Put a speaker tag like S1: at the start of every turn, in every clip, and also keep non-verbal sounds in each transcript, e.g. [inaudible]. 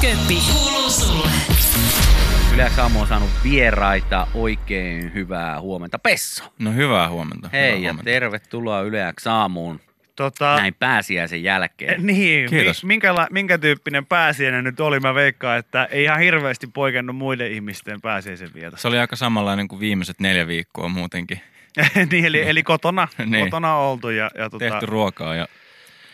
S1: Köppi, kuuluu sulle.
S2: Yle Samo on saanut vieraita. Oikein hyvää huomenta. Pesso.
S3: No hyvää huomenta.
S2: Hei
S3: hyvää
S2: ja
S3: huomenta.
S2: tervetuloa Yle Saamuun
S4: Tota,
S2: näin pääsiäisen jälkeen.
S4: Niin,
S3: Kiitos.
S4: mi- minkäla- minkä tyyppinen pääsiäinen nyt oli? Mä veikkaan, että ei ihan hirveästi poikennut muiden ihmisten pääsiäisen vietosta.
S3: Se oli aika samanlainen kuin viimeiset neljä viikkoa muutenkin.
S4: [laughs] niin, eli, eli kotona,
S3: Niin.
S4: kotona oltu ja, ja tota,
S3: Tehty ruokaa ja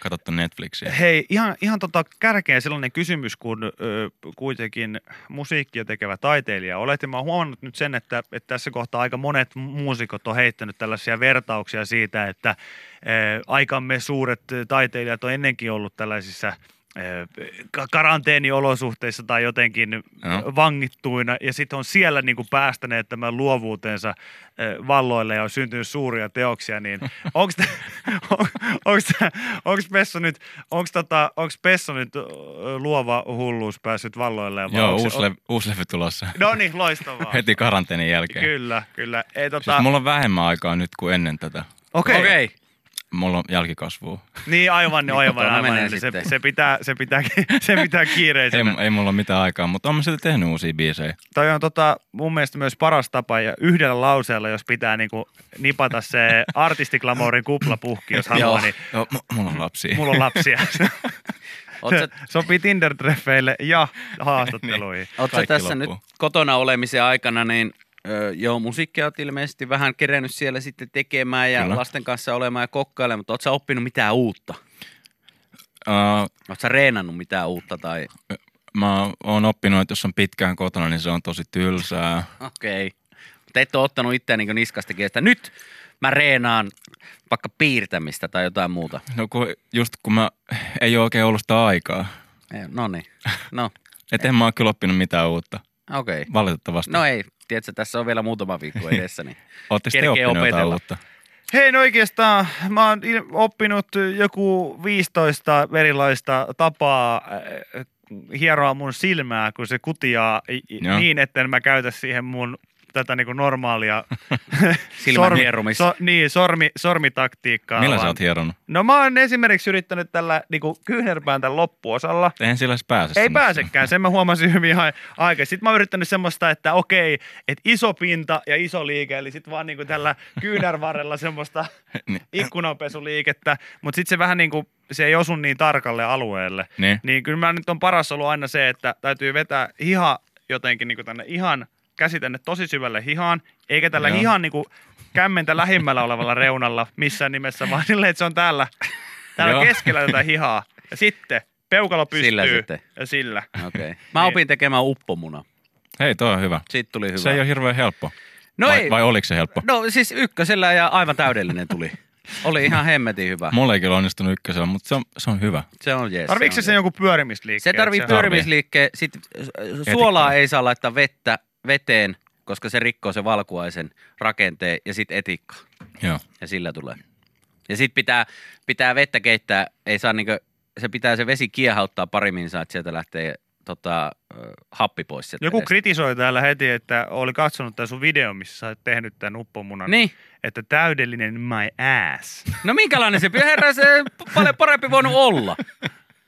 S3: katsottu Netflixiä.
S4: Hei, ihan, ihan tota kärkeen sellainen kysymys, kun ö, kuitenkin musiikkia tekevä taiteilija olet. Ja mä oon huomannut nyt sen, että, että tässä kohtaa aika monet muusikot on heittänyt tällaisia vertauksia siitä, että ö, aikamme suuret taiteilijat on ennenkin ollut tällaisissa ö, ka- karanteeniolosuhteissa tai jotenkin
S3: Joo.
S4: vangittuina ja sitten on siellä niin kuin päästäneet tämän luovuutensa ö, valloille ja on syntynyt suuria
S3: [laughs]
S4: teoksia, niin onko [laughs] onks Pesso nyt, onks tota, onks Pesso nyt ö, luova hulluus päässyt valloille? Ja vai
S3: Joo,
S4: onks-
S3: uusi, le- uusi levy tulossa.
S4: No niin, loistavaa.
S3: [laughs] Heti karanteenin jälkeen.
S4: Kyllä, kyllä. Ei, tota,
S3: Siis mulla on vähemmän aikaa nyt kuin ennen tätä.
S4: Okei.
S2: Okei.
S3: Mulla on jälkikasvua.
S4: Niin aivan, niin
S2: Niin,
S4: aivan,
S2: kotona
S4: aivan.
S2: menee
S4: Eli se,
S2: sitten.
S4: se, pitää, se pitää, [laughs] se pitää
S3: Ei,
S4: kiireisenä.
S3: mu- ei mulla ole mitään aikaa, mutta on mä silti tehnyt uusia biisejä.
S4: Toi on tota, mun mielestä myös paras tapa ja yhdellä lauseella, jos pitää niinku
S3: [laughs]
S4: nipata se artistiklamorin kuplapuhki, jos haluaa, niin
S3: Joo, m- mulla on lapsia.
S4: mulla on
S3: [laughs]
S4: lapsia.
S2: Oot sä-
S4: [laughs] Sopii Tinder-treffeille ja haastatteluihin.
S2: Oot sä
S3: Kaikki
S2: tässä
S3: loppuu.
S2: nyt kotona olemisen aikana, niin öö, joo, musiikkia oot ilmeisesti vähän kerennyt siellä sitten tekemään ja
S3: Kyllä.
S2: lasten kanssa olemaan ja kokkailemaan, mutta oot sä oppinut mitään uutta?
S3: Ö,
S2: Oot sä reenannut mitään uutta tai...
S3: mä oon oppinut, että jos on pitkään kotona, niin se on tosi tylsää.
S2: Okei. Mutta et ole ottanut itseä niin niskasta kiinni, että nyt mä reenaan vaikka piirtämistä tai jotain muuta.
S3: No kun, just kun mä ei ole oikein ollut sitä aikaa.
S2: Ei, No niin. No,
S3: Et en mä oon kyllä oppinut mitään uutta.
S2: okei. Okay.
S3: Valitettavasti.
S2: No ei, tiedätkö, tässä on vielä muutama viikko edessä,
S3: [laughs]
S2: niin
S3: Ootte sitten
S2: kerkee
S3: oppinut jotain
S2: opetella.
S3: uutta?
S4: Hei, no oikeastaan mä oon il- oppinut joku 15 erilaista tapaa äh, hieroa mun silmää, kun se kutiaa i- i-
S3: Joo.
S4: niin, että mä käytä siihen mun tätä
S3: [laughs]
S4: niinku normaalia
S2: silmän
S4: [laughs] sormi-
S2: hierumis.
S4: So, niin, sormi, sormitaktiikkaa.
S3: Millä sä
S4: vaan-
S3: oot hieronut?
S4: No mä oon esimerkiksi yrittänyt tällä niinku kyynärpään tämän loppuosalla.
S3: Eihän sillä edes pääse.
S4: Ei
S3: sinne.
S4: pääsekään, sen mä huomasin hyvin ai- aikaisin. Sitten mä oon yrittänyt semmoista, että okei, että iso pinta ja iso liike, eli sitten vaan niinku tällä kyynärvarrella semmoista
S3: Niin.
S4: ikkunanpesuliikettä, mutta sitten se vähän niinku, se ei osu niin tarkalle alueelle.
S3: Niin.
S4: Niin kyllä mä nyt on paras ollut aina se, että täytyy vetää hiha jotenkin niinku tänne ihan, käsi tänne tosi syvälle hihaan, eikä tällä
S3: Joo.
S4: hihan niinku kämmentä lähimmällä olevalla reunalla missään nimessä, vaan silleen, että se on täällä,
S3: Joo.
S4: täällä keskellä tätä hihaa. Ja sitten peukalo pystyy.
S2: Sillä sitten.
S4: Ja sillä.
S2: Okei. Okay. Mä opin tekemään uppomuna.
S3: Hei, toi on hyvä.
S2: Siitä tuli hyvä.
S3: Niin- Se ei ole hirveän helppo.
S2: No
S3: vai,
S2: ei.
S3: vai oliko se helppo?
S2: No siis ykkösellä ja aivan täydellinen tuli. Oli ihan hemmetin hyvä.
S3: Mulla ei kyllä onnistunut ykkösellä, mutta se on, se on hyvä.
S2: Se on jees.
S4: Tarviiko
S2: on
S4: se sen
S2: jees.
S4: joku pyörimisliikkeen?
S2: Se tarvii
S4: Että
S2: pyörimisliikkeen. Sitten suolaa ei saa laittaa vettä veteen, koska se rikkoo se valkuaisen rakenteen ja sitten etikkaa.
S3: Joo.
S2: Ja sillä tulee. Ja sitten pitää, pitää vettä keittää, ei saa niinkö, se pitää se vesi kiehauttaa pari minsaa, että sieltä lähtee tota, ö, happi pois. Sieltä
S4: Joku
S2: edestä.
S4: kritisoi täällä heti, että oli katsonut tämän sun videon, missä sä oot tehnyt tämän uppomunan,
S2: Niin.
S4: että täydellinen my ass.
S2: No minkälainen se herra, se p- paljon parempi voinut olla.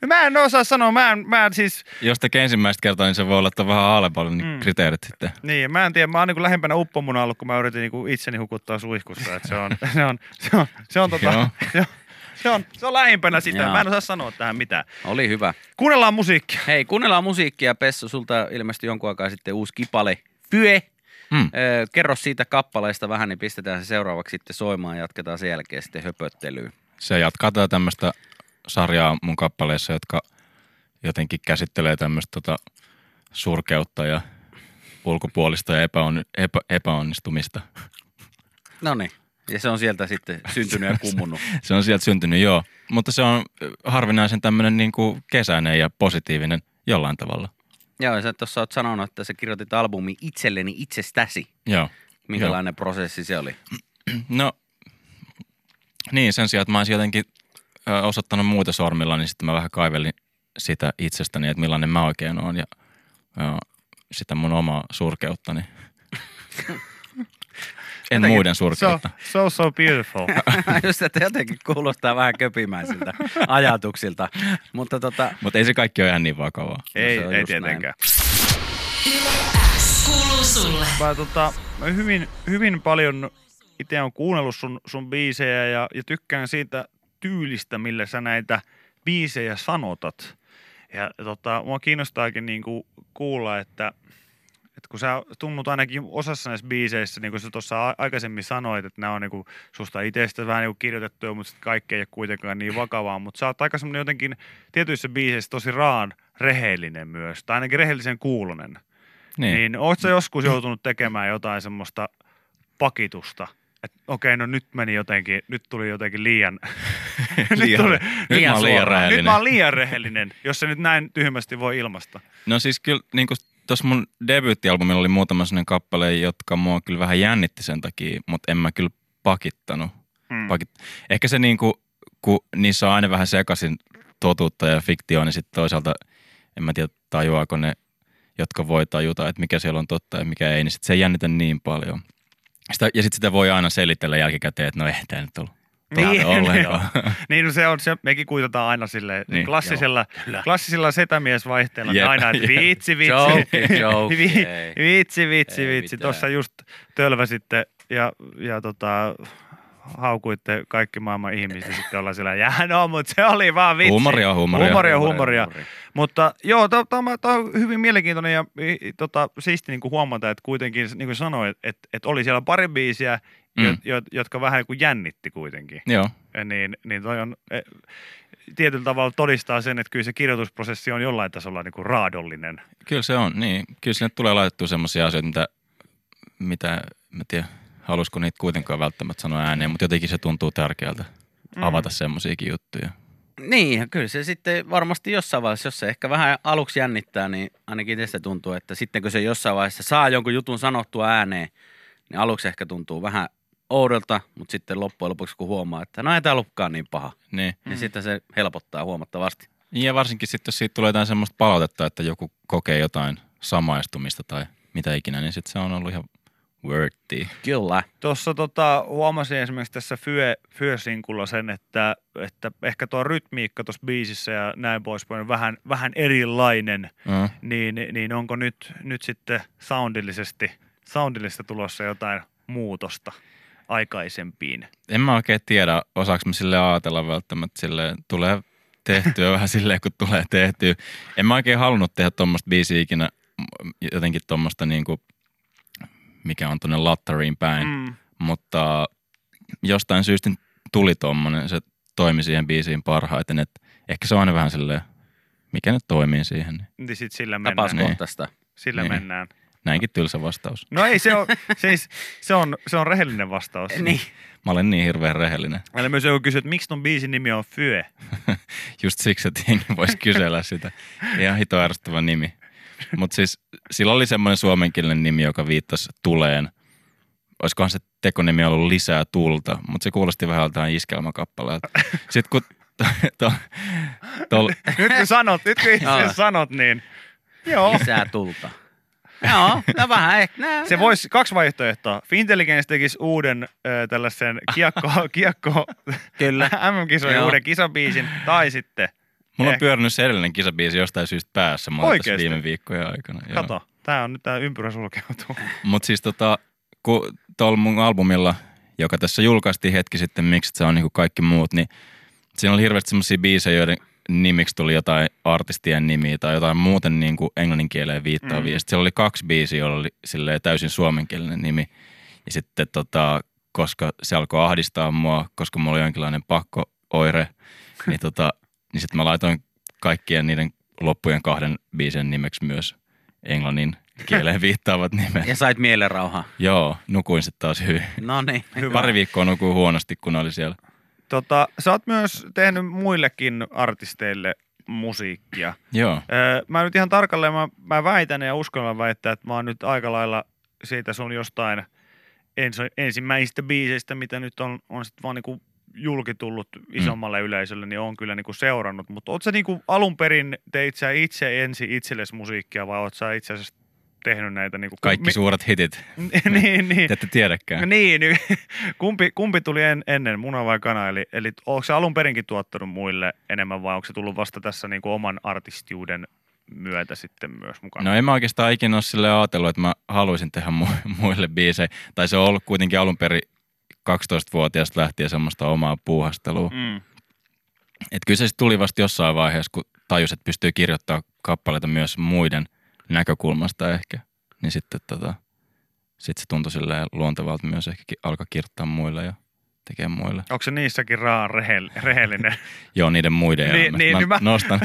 S4: Mä en osaa sanoa, mä en, mä en siis,
S3: Jos tekee ensimmäistä kertaa, niin se voi olla että on vähän alempaa niin
S4: Mm.
S3: kriteerit sitten.
S4: niin, mä en tiedä, mä oon niin lähempänä uppomunaa ollut, kun mä yritin niin itseni hukuttaa suihkussa, että se on,
S2: [laughs]
S4: se on, se on, se on,
S3: Joo.
S4: tota, [laughs] se on, se on, se on lähimpänä sitä,
S2: Joo.
S4: mä en osaa sanoa tähän mitään.
S2: Oli hyvä.
S4: Kuunnellaan musiikkia.
S2: Hei, kuunnellaan musiikkia. Pessu, sulta ilmestyi jonkun aikaa sitten uusi kipale. Fyö.
S3: Mm.
S2: Ö, kerro siitä kappaleesta vähän, niin pistetään se seuraavaksi sitten soimaan ja jatketaan sen jälkeen sitten höpöttelyyn.
S3: Se jatkaa tätä tämmöistä sarjaa mun kappaleissa, jotka jotenkin käsittelee tämmöistä tota surkeutta ja ulkopuolista ja epäon, epä, epäonnistumista.
S2: No niin. Ja se on sieltä sitten syntynyt ja kummunut.
S3: Se on sieltä syntynyt, joo. Mutta se on ö, harvinaisen tämmöinen niin kuin kesäinen ja positiivinen jollain tavalla.
S2: Joo, ja sä tuossa oot sanonut, että sä kirjoitit albumi itselleni itsestäsi.
S3: Joo.
S2: Minkälainen prosessi se oli? [laughs]
S3: No, niin sen sijaan, että mä olisin jotenkin ö, osoittanut muita sormilla, niin sitten mä vähän kaivelin sitä itsestäni, että millainen mä oikein oon ja ö, sitä mun omaa surkeuttani. en
S4: Jotenkin-
S3: muiden surkeutta.
S4: So, so, so beautiful.
S2: [laughs] Just, että jotenkin kuulostaa vähän köpimäisiltä ajatuksilta. Mutta tota,
S3: Mutta ei se kaikki ole ihan niin vakavaa.
S4: ei,
S2: se on
S4: ei
S2: just
S4: tietenkään.
S1: Yle X kuuluu sulle.
S4: Mä, tota, mä hyvin, hyvin paljon itse on kuunnellut sun, sun biisejä ja, ja tykkään siitä tyylistä, millä sä näitä biisejä sanotat. Ja tota, mua kiinnostaakin niinku kuulla, että, että kun sä tunnut ainakin osassa näissä biiseissä, niin kuin sä tuossa a- aikaisemmin sanoit, että nämä on niinku susta itsestä vähän niinku kirjoitettuja, mutta sit kaikki ei ole kuitenkaan niin vakavaa. Mutta sä oot aika semmoinen jotenkin tietyissä biiseissä tosi raan rehellinen myös, tai ainakin rehellisen kuulonen.
S3: Niin. niin.
S4: Niin, ootko sä joskus joutunut tekemään jotain semmoista pakitusta? Että okei, no nyt meni jotenkin, nyt tuli jotenkin liian, [laughs] nyt,
S3: Liian,
S4: tuli,
S3: nyt mä
S2: liian
S3: oon liian
S2: suoraan.
S4: nyt
S3: rehellinen.
S4: mä oon liian rehellinen, jos se nyt näin tyhmästi voi ilmasta.
S3: No siis kyllä niin kuin tuossa mun debyyttialbumilla oli muutama sellainen kappale, jotka mua kyllä vähän jännitti sen takia, mutta en mä kyllä pakittanut.
S4: Mm.
S3: Pakit... Ehkä se niin kuin, kun niissä on aina vähän sekaisin totuutta ja fiktioa, niin sitten toisaalta en mä tiedä tajuaako ne, jotka voi tajuta, että mikä siellä on totta ja mikä ei, niin sitten se ei jännitä niin paljon. Sitä, ja sitten sitä voi aina selitellä jälkikäteen, että no ei tämä nyt ollut. totta
S4: [laughs] Niin,
S3: ollenkaan.
S4: [laughs] Niin no se on, se, mekin kuitataan aina silleen niin,
S3: Niin,
S4: klassisella, klassisella setämiesvaihteella, niin
S3: Jep,
S4: aina, että
S3: [laughs] jep.
S4: viitsi, vitsi,
S2: Joke,
S4: [laughs]
S2: joke,
S4: Vi-
S2: ei.
S4: viitsi, vitsi,
S2: Ei
S4: vitsi,
S2: mitään.
S4: tuossa just tölväsitte ja, ja tota, haukuitte kaikki maailman ihmisiä, sitten ollaan sillä, jää no, mutta se oli vaan vitsi.
S3: Huumoria, huumoria.
S4: Huumoria, huumoria. Mutta joo, tämä on hyvin mielenkiintoinen ja i- i- tota, siisti niin huomata, että kuitenkin, niin kuin sanoin, että, että, että oli siellä pari biisiä, jo,
S3: Mm.
S4: jo, jotka vähän niin kuin jännitti kuitenkin
S3: Joo,
S4: niin, niin toi on eh, tietyllä tavalla todistaa sen, että kyllä se kirjoitusprosessi on jollain tasolla niin kuin raadollinen.
S3: Kyllä se on, niin. Kyllä sinne tulee laitettua semmoisia asioita, mitä, mitä mä tiedä, halusko niitä kuitenkaan välttämättä sanoa ääneen, mutta jotenkin se tuntuu tärkeältä avata semmoisiakin juttuja.
S2: niin, kyllä se sitten varmasti jossain vaiheessa, jos se ehkä vähän aluksi jännittää, niin ainakin itsestä tuntuu, että sitten kun se jossain vaiheessa saa jonkun jutun sanottua ääneen, niin aluksi ehkä tuntuu vähän oudolta, mutta sitten loppujen lopuksi kun huomaa, että no ei tämä ollutkaan niin paha,
S3: Niin.
S2: niin sitten se helpottaa huomattavasti.
S3: Ja varsinkin sitten, jos siitä tulee jotain semmoista palautetta, että joku kokee jotain samaistumista tai mitä ikinä, niin sitten se on ollut ihan worthy.
S2: Kyllä.
S4: Tuossa tota, huomasin esimerkiksi tässä Fyö, Fyö-sinkulla sen, että, että ehkä tuo rytmiikka tuossa biisissä ja näin poispäin on vähän, vähän erilainen,
S3: Mm.
S4: niin, niin onko nyt, nyt sitten soundillisesti, soundillista tulossa jotain muutosta aikaisempiin?
S3: En mä oikein tiedä, osaako mä sille ajatella välttämättä sille tulee tehtyä vähän silleen, kun tulee tehtyä. En mä oikein halunnut tehdä tuommoista biisiä ikinä, m- jotenkin tuommoista niinku, mikä on tuonne lattariin päin. Mm.
S4: Mm.
S3: Mutta jostain syystä tuli tuommoinen, se toimi siihen biisiin parhaiten. Et ehkä se on aina vähän silleen, mikä nyt toimii siihen. Niin.
S4: Niin sit sillä mennään.
S2: Tapauskohtaista.
S4: Sillä
S3: Niin.
S4: mennään.
S3: Näinkin tylsä vastaus.
S4: No ei, se on, siis, se on, se on rehellinen vastaus.
S2: Niin.
S3: Mä olen niin hirveän rehellinen.
S4: Meillä myös joku kysyy, että miksi ton biisin nimi on Fyö?
S3: Just siksi, että jengi voisi kysellä sitä. Ihan hito ärsyttävä nimi. Mutta siis sillä oli semmoinen suomenkielinen nimi, joka viittasi tuleen. Olisikohan se tekonimi ollut lisää tulta, mutta se kuulosti vähän jotain iskelmäkappaleelta. Sitten kun to, to, to,
S4: [laughs] Nyt kun sanot, nyt kun itse
S2: Aa.
S4: sanot, niin joo.
S2: Lisää tulta. Joo, no vähän ehkä. No,
S4: Se voisi, kaksi vaihtoehtoa. Fintelligence tekisi uuden ö, tällaisen
S2: [laughs]
S4: kiekko, kiekko [laughs]
S2: Kyllä.
S4: MM-kisojen
S2: Joo.
S4: uuden kisabiisin, tai sitten,
S3: mulla
S4: Eh.
S3: on pyörinyt se edellinen kisabiisi jostain syystä päässä. Mä olin tässä
S4: Oikeesti?
S3: viime viikkojen aikana. joo.
S4: kato, tämä on nyt tämä ympyrä sulkeutuu.
S3: Mutta siis tota, kun tuolla mun albumilla, joka tässä julkaistiin hetki sitten, miksi se on niinku kaikki muut, niin siinä oli hirveästi semmoisia biisejä, joiden nimiksi tuli jotain artistien nimiä tai jotain muuten niinku englannin kieleen viittaavia. Mm. Sitten siellä oli kaksi biisiä, joilla oli silleen täysin suomenkielinen nimi. Ja sitten tota, koska se alkoi ahdistaa mua, koska mulla oli jonkinlainen pakko oire, niin, tota, [laughs] niin sitten mä laitoin kaikkien niiden loppujen kahden biisen nimeksi myös englannin kieleen viittaavat nimet.
S2: Ja sait mielenrauhaa.
S3: Joo, nukuin sitten taas hyvin.
S2: No niin.
S4: Hyvä.
S3: Pari viikkoa nukuin huonosti, kun oli siellä.
S4: Tota, sä oot myös tehnyt muillekin artisteille musiikkia.
S3: Joo,
S4: Öö, mä nyt ihan tarkalleen, mä, mä väitän ja uskallan väittää, että mä oon nyt aika lailla siitä sun jostain ensi, ensimmäisistä biiseistä, mitä nyt on, on sitten vaan niinku julkitullut isommalle mm. yleisölle, niin on kyllä niinku seurannut. Mutta oot sä niinku alun perin teit sä itse ensi itsellesi musiikkia vai oot sä itse asiassa tehnyt näitä. Niin kuin,
S3: Kaikki
S4: mi-
S3: suuret hitit,
S4: [laughs] niin, niin.
S3: te ette tiedäkään.
S4: Niin, [laughs] niin. Kumpi, kumpi tuli en, ennen, muna vai kana? Eli, eli onko se alun perinkin tuottanut muille enemmän vai onko se tullut vasta tässä niin kuin oman artistiuden myötä sitten myös mukana?
S3: No en mä oikeastaan ikinä ole silleen ajatellut, että mä haluaisin tehdä mu- [laughs] muille biisejä. Tai se on ollut kuitenkin alun perin 12-vuotiaasta lähtien semmoista omaa puuhastelua.
S2: No.
S4: Mm.
S3: Et kyllä se sit tuli vasta jossain vaiheessa, kun tajus, että pystyy kirjoittamaan kappaleita myös muiden näkökulmasta ehkä. Niin sitten tota, sit se tuntui silleen luontevalta myös ehkä ki- alkaa kirjoittaa muille ja tekee muille.
S4: Onko se niissäkin raan rehell,
S2: [laughs]
S4: rehellinen?
S3: Joo, niiden muiden
S4: Niin,
S3: elämästä.
S4: niin,
S3: mä,
S4: niin mä- [laughs]
S3: Nostan,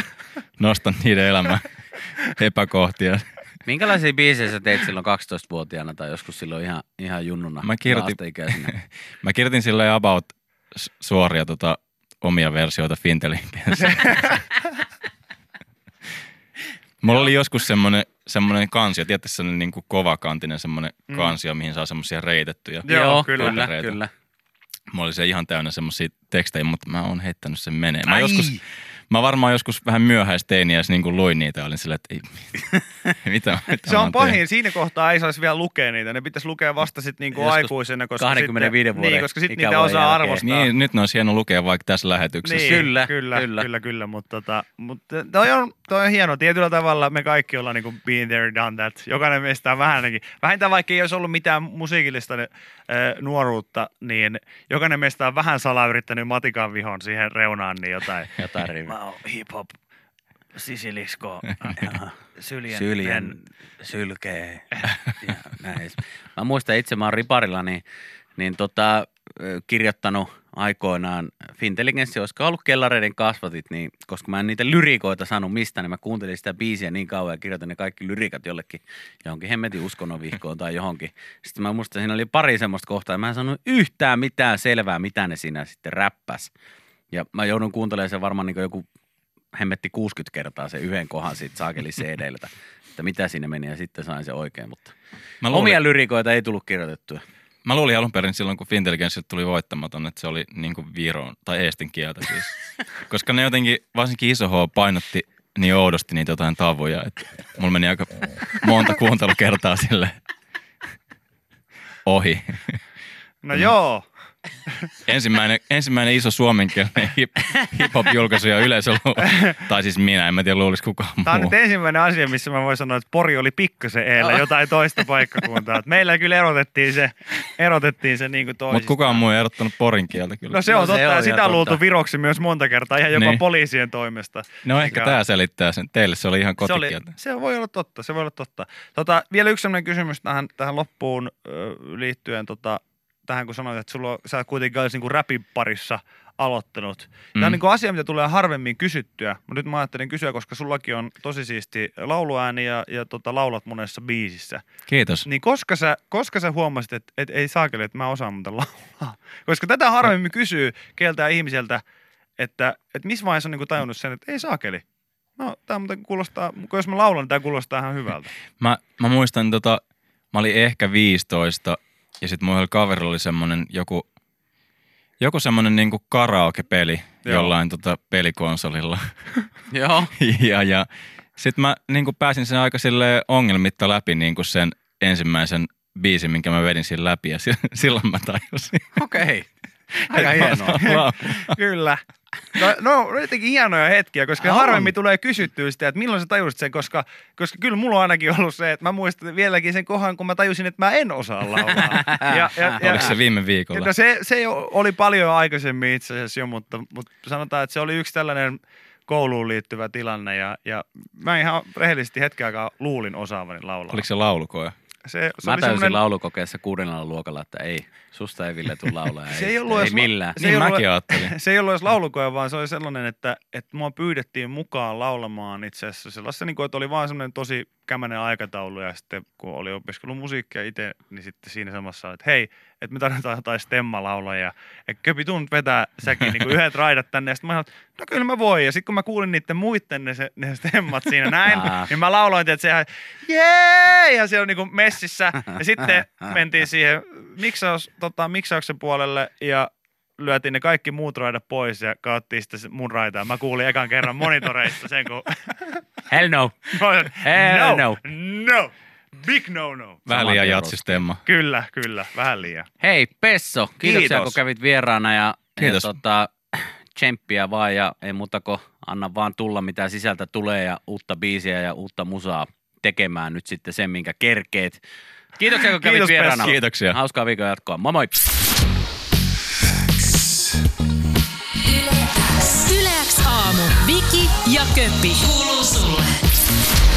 S3: nostan niiden elämän epäkohtia.
S2: Minkälaisia biisejä sä teit silloin 12-vuotiaana tai joskus silloin ihan, ihan junnuna?
S3: Mä kirjoitin-
S2: vastaikäisenä?
S3: Mä kirjoitin silleen about s- suoria tota, omia versioita Fintelin kanssa.
S4: [laughs]
S3: Mulla oli joskus semmonen, semmonen kansio, tiedätkö semmonen niin kuin kovakantinen semmonen
S4: Mm.
S3: mm. kansio, mihin saa semmosia reitettyjä.
S4: Joo, kyllä.
S2: kyllä,
S3: Papereita.
S2: kyllä.
S3: Mulla oli se ihan täynnä semmosia tekstejä, mutta mä oon heittänyt sen meneen. Mä, joskus, mä varmaan joskus vähän myöhäisteiniä niin kuin luin niitä ja olin silleen, että ei, [laughs] mitä, mitä
S4: Se
S3: mä
S4: on
S3: oon
S4: pahin. Siinä kohtaa ei saisi vielä lukea niitä. Ne pitäisi lukea vasta sitten niinku
S2: Joskus
S4: aikuisena. Koska
S2: 25
S4: sitten,
S2: vuoden
S4: niin, koska sitten niitä
S2: ikävuoden
S4: osaa
S2: jälkeen.
S4: arvostaa.
S3: Niin, nyt ne olisi hieno lukea vaikka tässä lähetyksessä.
S4: Niin,
S2: Kyllä,
S4: kyllä, kyllä,
S2: kyllä.
S4: kyllä, kyllä mutta, tota, mutta toi, on, toi on hieno. Tietyllä tavalla me kaikki ollaan niin been there, done that. Jokainen meistä on vähän ainakin. Vähintään vaikka ei olisi ollut mitään musiikillista äh, nuoruutta, niin jokainen meistä on vähän salaa yrittänyt matikan vihon siihen reunaan niin jotain.
S2: Jotain riviä.
S4: oon hip-hop sisilisko syljen,
S2: Syljen, [laughs] sylkee ja näin. Mä muistan itse, mä oon riparilla, niin, niin tota, ö, kirjoittanut aikoinaan Fintelligenssi, olisiko ollut kellareiden kasvatit, niin koska mä en niitä lyrikoita saanut mistä, niin mä kuuntelin sitä biisiä niin kauan ja kirjoitin ne kaikki lyrikat jollekin, johonkin hemmetin uskonnovihkoon tai johonkin. Sitten mä muistan, siinä oli pari semmoista kohtaa, ja mä en saanut yhtään mitään selvää, mitä ne siinä sitten räppäs. Ja mä joudun kuuntelemaan sen varmaan niin joku hemmetti 60 kertaa se yhden kohan siitä saakeli CD-ltä, että mitä siinä meni ja sitten sain se oikein, mutta
S3: Mä luulin-
S2: omia lyrikoita ei tullut kirjoitettua.
S3: Mä luulin alun perin silloin, kun Fintelligenssit tuli voittamaton, että se oli niin kuin Viron tai Eestin kieltä
S4: [laughs]
S3: siis. Koska ne jotenkin, varsinkin iso H painotti niin oudosti niitä jotain tavuja, että mulla meni aika monta kuuntelukertaa sille ohi.
S4: No joo,
S3: Ensimmäinen, ensimmäinen iso suomenkielinen hip, hip-hop-julkaisu ja yleisö lu- tai siis minä, en mä tiedä luulisi kukaan
S4: Tämä on
S3: muu.
S4: nyt ensimmäinen asia, missä mä voin sanoa, että Pori oli pikkasen eellä jotain toista paikkakuntaa. Et meillä kyllä erotettiin se, erotettiin se niin kuin
S3: Mutta
S4: toisista.
S3: kukaan muu ei erottanut porin kieltä kyllä.
S4: No se on
S2: No se
S4: totta, ja
S2: on
S4: sitä
S2: ihan
S4: on luultu
S2: totta.
S4: viroksi myös monta kertaa, ihan jopa
S3: Niin.
S4: poliisien toimesta.
S3: No ehkä
S4: Joo.
S3: tämä selittää sen. Teille se oli ihan
S4: Se, oli,
S3: kotikieltä.
S4: se voi olla totta, se voi olla totta. Tota, vielä yksi sellainen kysymys tähän, tähän loppuun ö, liittyen, tota, tähän kun sanoit, että sulla on, sä oot kuitenkin olis niinku rapin parissa aloittanut. Tämä on
S3: Mm.
S4: niinku asia, mitä tulee harvemmin kysyttyä, mutta nyt mä ajattelin kysyä, koska sullakin on tosi siisti lauluääni ja, ja tota, laulat monessa biisissä.
S3: Kiitos.
S4: Niin koska sä, koska sä huomasit, että et, ei saakeli, että mä osaan muuten laulaa? Koska tätä harvemmin kysyy keltään ihmiseltä, että et missä vaiheessa on niinku tajunnut sen, että ei saakeli. No, tämä muuten kuulostaa, jos mä laulan, tämä kuulostaa ihan hyvältä.
S3: Mä, mä muistan, tota, mä olin ehkä 15 ja sitten mun yhdellä kaverilla oli semmonen joku, joku semmonen niinku karaoke-peli
S4: Joo.
S3: Joo. jollain tota
S4: [laughs]
S3: pelikonsolilla.
S2: Joo.
S3: [laughs] ja, ja sitten mä niinku pääsin sen aika sille ongelmitta läpi niinku sen ensimmäisen biisin, minkä mä vedin siinä läpi ja si- [laughs] silloin mä tajusin.
S2: Okei. [laughs] Aika
S3: [laughs]
S2: hienoa.
S4: Kyllä. No, no on jotenkin hienoja hetkiä, koska
S2: On.
S4: harvemmin tulee kysyttyä sitä, että milloin sä tajusit sen, koska, koska kyllä mulla on ainakin ollut se, että mä muistan vieläkin sen kohan, kun mä tajusin, että mä en osaa laulaa. Ja, ja, ja,
S3: Oliko se viime viikolla?
S4: No se, se jo- oli paljon aikaisemmin itse asiassa jo, mutta, mutta sanotaan, että se oli yksi tällainen kouluun liittyvä tilanne ja, ja mä ihan rehellisesti hetken aikaa luulin osaavani laulaa.
S3: Oliko se laulukoja?
S4: se, se
S2: Mä täysin
S4: oli semmoinen-
S2: laulukokeessa kuudennella luokalla, että ei, susta ei Ville tule laulaa.
S4: Se
S2: ei,
S4: ei ollut
S2: ei
S4: edes-
S2: millään.
S4: se
S3: Niin
S4: ei ollut-
S3: mäkin
S4: [laughs]
S3: ajattelin.
S4: se ei ollut edes laulukoja, vaan se oli sellainen, että, että mua pyydettiin mukaan laulamaan itse asiassa sellaisessa, niin kuin, että oli vaan semmoinen tosi kämänen aikataulu ja sitten kun oli opiskellut musiikkia itse, niin sitten siinä samassa oli, että hei, että me tarvitaan jotain stemmalaulajia. Että köpi tuun vetää säkin niin kuin yhdet raidat tänne ja sitten mä sanoin, että no kyllä mä voin. Ja sitten kun mä kuulin niiden muiden ne, se, ne stemmat siinä näin,
S2: Ah.
S4: niin mä lauloin, että se ihan jee! Ja se on niinku messissä. Ja sitten mentiin siihen miksaus, tota, miksauksen puolelle ja lyötiin ne kaikki muut raidat pois ja kaattiin sitten se mun raitaa. Mä kuulin ekan [laughs] kerran monitoreista sen, kun
S2: Hell no.
S4: Mä olin,
S2: Hell
S4: no, no, Big no no.
S3: Vähän liian
S2: tien
S3: jatsistemma.
S4: Kyllä, kyllä, vähän liian.
S2: Hei Pesso, kiitoksia
S4: Kiitos.
S2: kun kävit vieraana ja, ja
S3: Kiitos.
S2: tota, tsemppiä vaan ja ei muuta kuin anna vaan tulla mitä sisältä tulee ja uutta biisiä ja uutta musaa tekemään nyt sitten sen, minkä kerkeet. Kiitoksia kun kävit
S4: Kiitos, Pesso.
S2: vieraana.
S3: Kiitoksia.
S2: Hauskaa viikon jatkoa. Moi moi!
S1: Yle X. Yle X aamu. Viki ja Köppi. Kuuluu sulle.